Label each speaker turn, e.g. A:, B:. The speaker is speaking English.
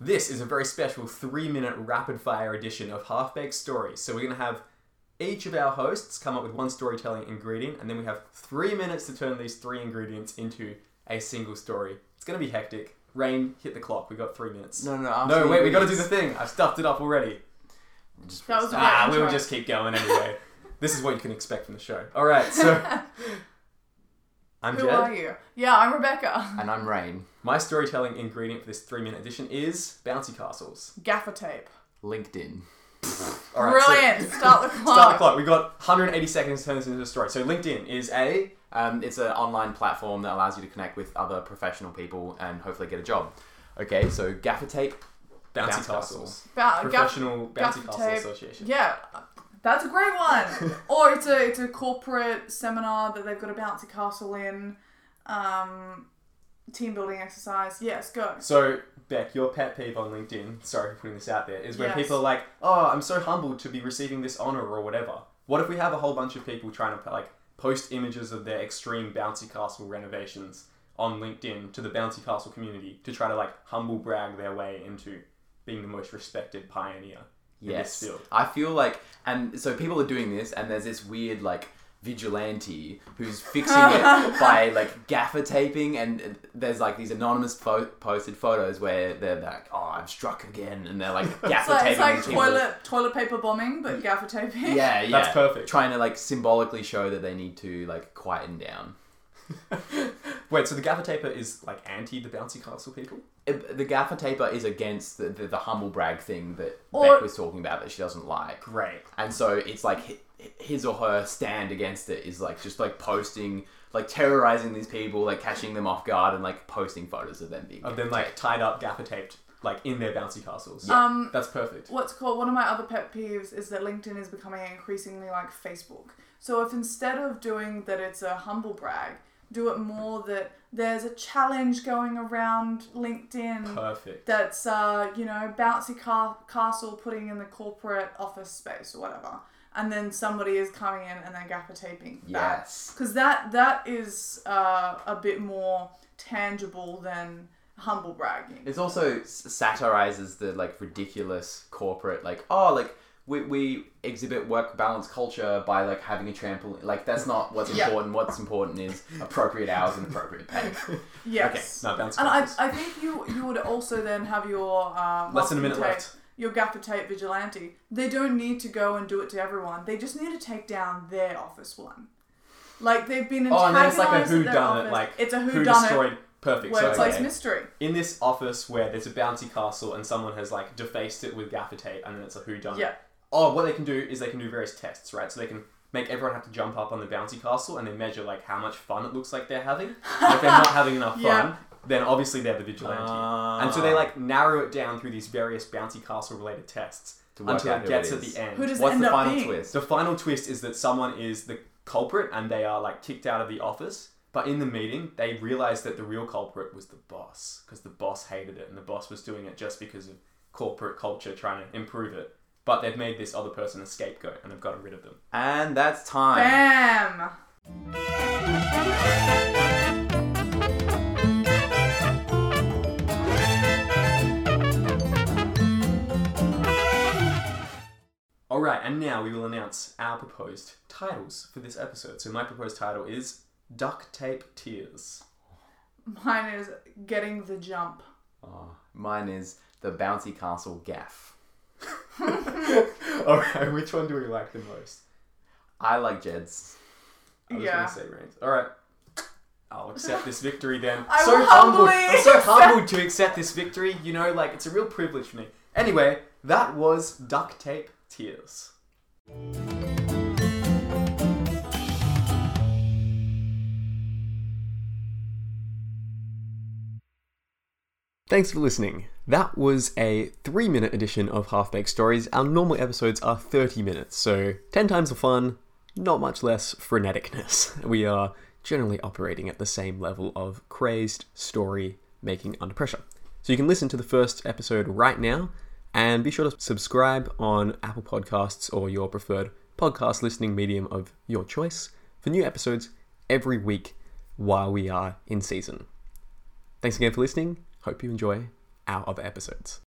A: This is a very special three minute rapid fire edition of Half Baked Stories. So, we're going to have each of our hosts come up with one storytelling ingredient, and then we have three minutes to turn these three ingredients into a single story. It's going to be hectic. Rain, hit the clock. We've got three minutes.
B: No, no, after
A: No,
B: the
A: wait, we got to do the
B: ingredients.
A: thing. I've stuffed it up already.
B: Just-
C: That was a
A: Ah,
C: bad
A: we will
C: intro.
A: just keep going anyway. this is what you can expect from the show. All right, so I'm
C: Who
A: Jed.
C: are you? Yeah, I'm Rebecca.
B: and I'm Rain.
A: My storytelling ingredient for this three-minute edition is bouncy castles.
C: Gaffer tape.
B: LinkedIn.
A: All right, so-
C: Brilliant. Start the clock.
A: Start the clock. We've got 180 seconds to turn this into a story. So LinkedIn is a
D: Um, it's an online platform that allows you to connect with other professional people and hopefully get a job. Okay, so gaffer tape.
A: bouncy,
D: Bouncy
A: castles.
D: castles.
C: Ba- gaff-
A: Professional
C: Gaffer
A: bouncy castle
C: tape.
A: association.
C: yeah, that's a great one. or it's a it's a corporate seminar that they've got a bouncy castle in. Um, team building exercise. Yes, go.
A: So Beck, your pet peeve on LinkedIn, sorry for putting this out there, is when
C: Yes.
A: people are like, "Oh, I'm so humbled to be receiving this honor or whatever." What if we have a whole bunch of people trying to like post images of their extreme bouncy castle renovations on LinkedIn to the bouncy castle community to try to like humble brag their way into being the most respected pioneer in this
D: Yes.
A: field?
D: I feel like, and so people are doing this, and there's this weird like vigilante who's fixing it by like gaffer taping, and there's like these anonymous fo- posted photos where they're like, "Oh, I'm struck again," and they're like
C: It's
D: gaffer
C: like, it's
D: taping.
C: like
D: the people.
C: toilet toilet paper bombing, but gaffer taping.
D: Yeah, yeah.
A: That's perfect.
D: Trying to like symbolically show that they need to like quieten down.
A: Wait, so the gaffer taper is like anti the bouncy castle people?
D: It- the gaffer taper is against the, the, the humble brag thing that
C: Or-
D: Beck was talking about that she doesn't like.
A: Great.
D: And so it's like hi- his or her stand against it is like just like posting, like terrorizing these people, like catching them off guard and like posting photos of them being.
A: Of them like tied up, gaffer taped, like in their bouncy castles.
C: Um,
A: That's perfect.
C: what's called one of my other pet peeves is that LinkedIn is becoming increasingly like Facebook. So if instead of doing that it's a humble brag, do it more that there's a challenge going around LinkedIn
A: Perfect.
C: that's uh, you know, bouncy car- castle putting in the corporate office space or whatever. And then somebody is coming in and then gaffer taping that.
D: Yes.
C: Because that that is uh, a bit more tangible than humble bragging.
D: It's also s- satirizes the like ridiculous corporate like oh like we, we exhibit work balance culture by like having a trampoline like that's not what's
C: Yeah.
D: important what's important is appropriate hours and appropriate pay
C: yes.
A: No, bouncy
C: And I,
A: castles.
C: I think you you would also then have your um,
A: Less than a minute
C: tape,
A: left.
C: Your gaffer tape vigilante. They don't need to go and do it to everyone. They just need to take down their office one. Like they've been
A: Oh, and then
C: antagonized.
A: it's like a
C: at
A: who
C: their
A: done it,
C: office.
A: like
C: it's a
A: who
C: who done
A: destroyed. Perfect.
C: it workplace
A: so okay.
C: mystery.
A: in this office where there's a bouncy castle and someone has like defaced it with gaffer tape, and then it's a who done
C: Yeah.
A: Oh, what they can do is they can do various tests, right? So they can make everyone have to jump up on the bouncy castle and they measure like how much fun it looks like they're having. And if they're not having enough
C: Yeah.
A: fun, then obviously they're the vigilante.
D: Ah.
A: and so they like narrow it down through these various bouncy castle related tests
D: To work
A: until
D: out
A: it
D: who
A: gets
D: it
A: at
D: is.
A: the end.
C: Who does it
D: what's
C: end
D: the
C: up
D: final
C: being?
D: twist
A: The final twist is that someone is the culprit and they are like kicked out of the office. But in the meeting, they realize that the real culprit was the boss because the boss hated it and the boss was doing it just because of corporate culture trying to improve it. But they've made this other person a scapegoat and have gotten rid of them.
D: and that's time
C: Bam.
A: All right, and now we will announce our proposed titles for this episode. So my proposed title is Duct Tape Tears.
C: Mine is getting the jump.
D: Oh, mine is the bouncy castle gaff
A: All right, which one do we like the most?
D: I like Jed's
A: I was
C: Yeah.
A: gonna say Reigns. All right. I'll accept this victory then.
C: I
A: so
C: will
A: humbled.
C: humbly
A: I'm so humbled to accept this victory. You know, like it's a real privilege for me. Anyway, that was duct tape tears. Thanks for listening. That was a three minute edition of Half Baked Stories. Our normal episodes are 30 minutes, so 10 times the fun, not much less freneticness. We are generally operating at the same level of crazed story making under pressure. So you can listen to the first episode right now, and be sure to subscribe on Apple Podcasts or your preferred podcast listening medium of your choice for new episodes every week while we are in season. Thanks again for listening. Hope you enjoy our other episodes.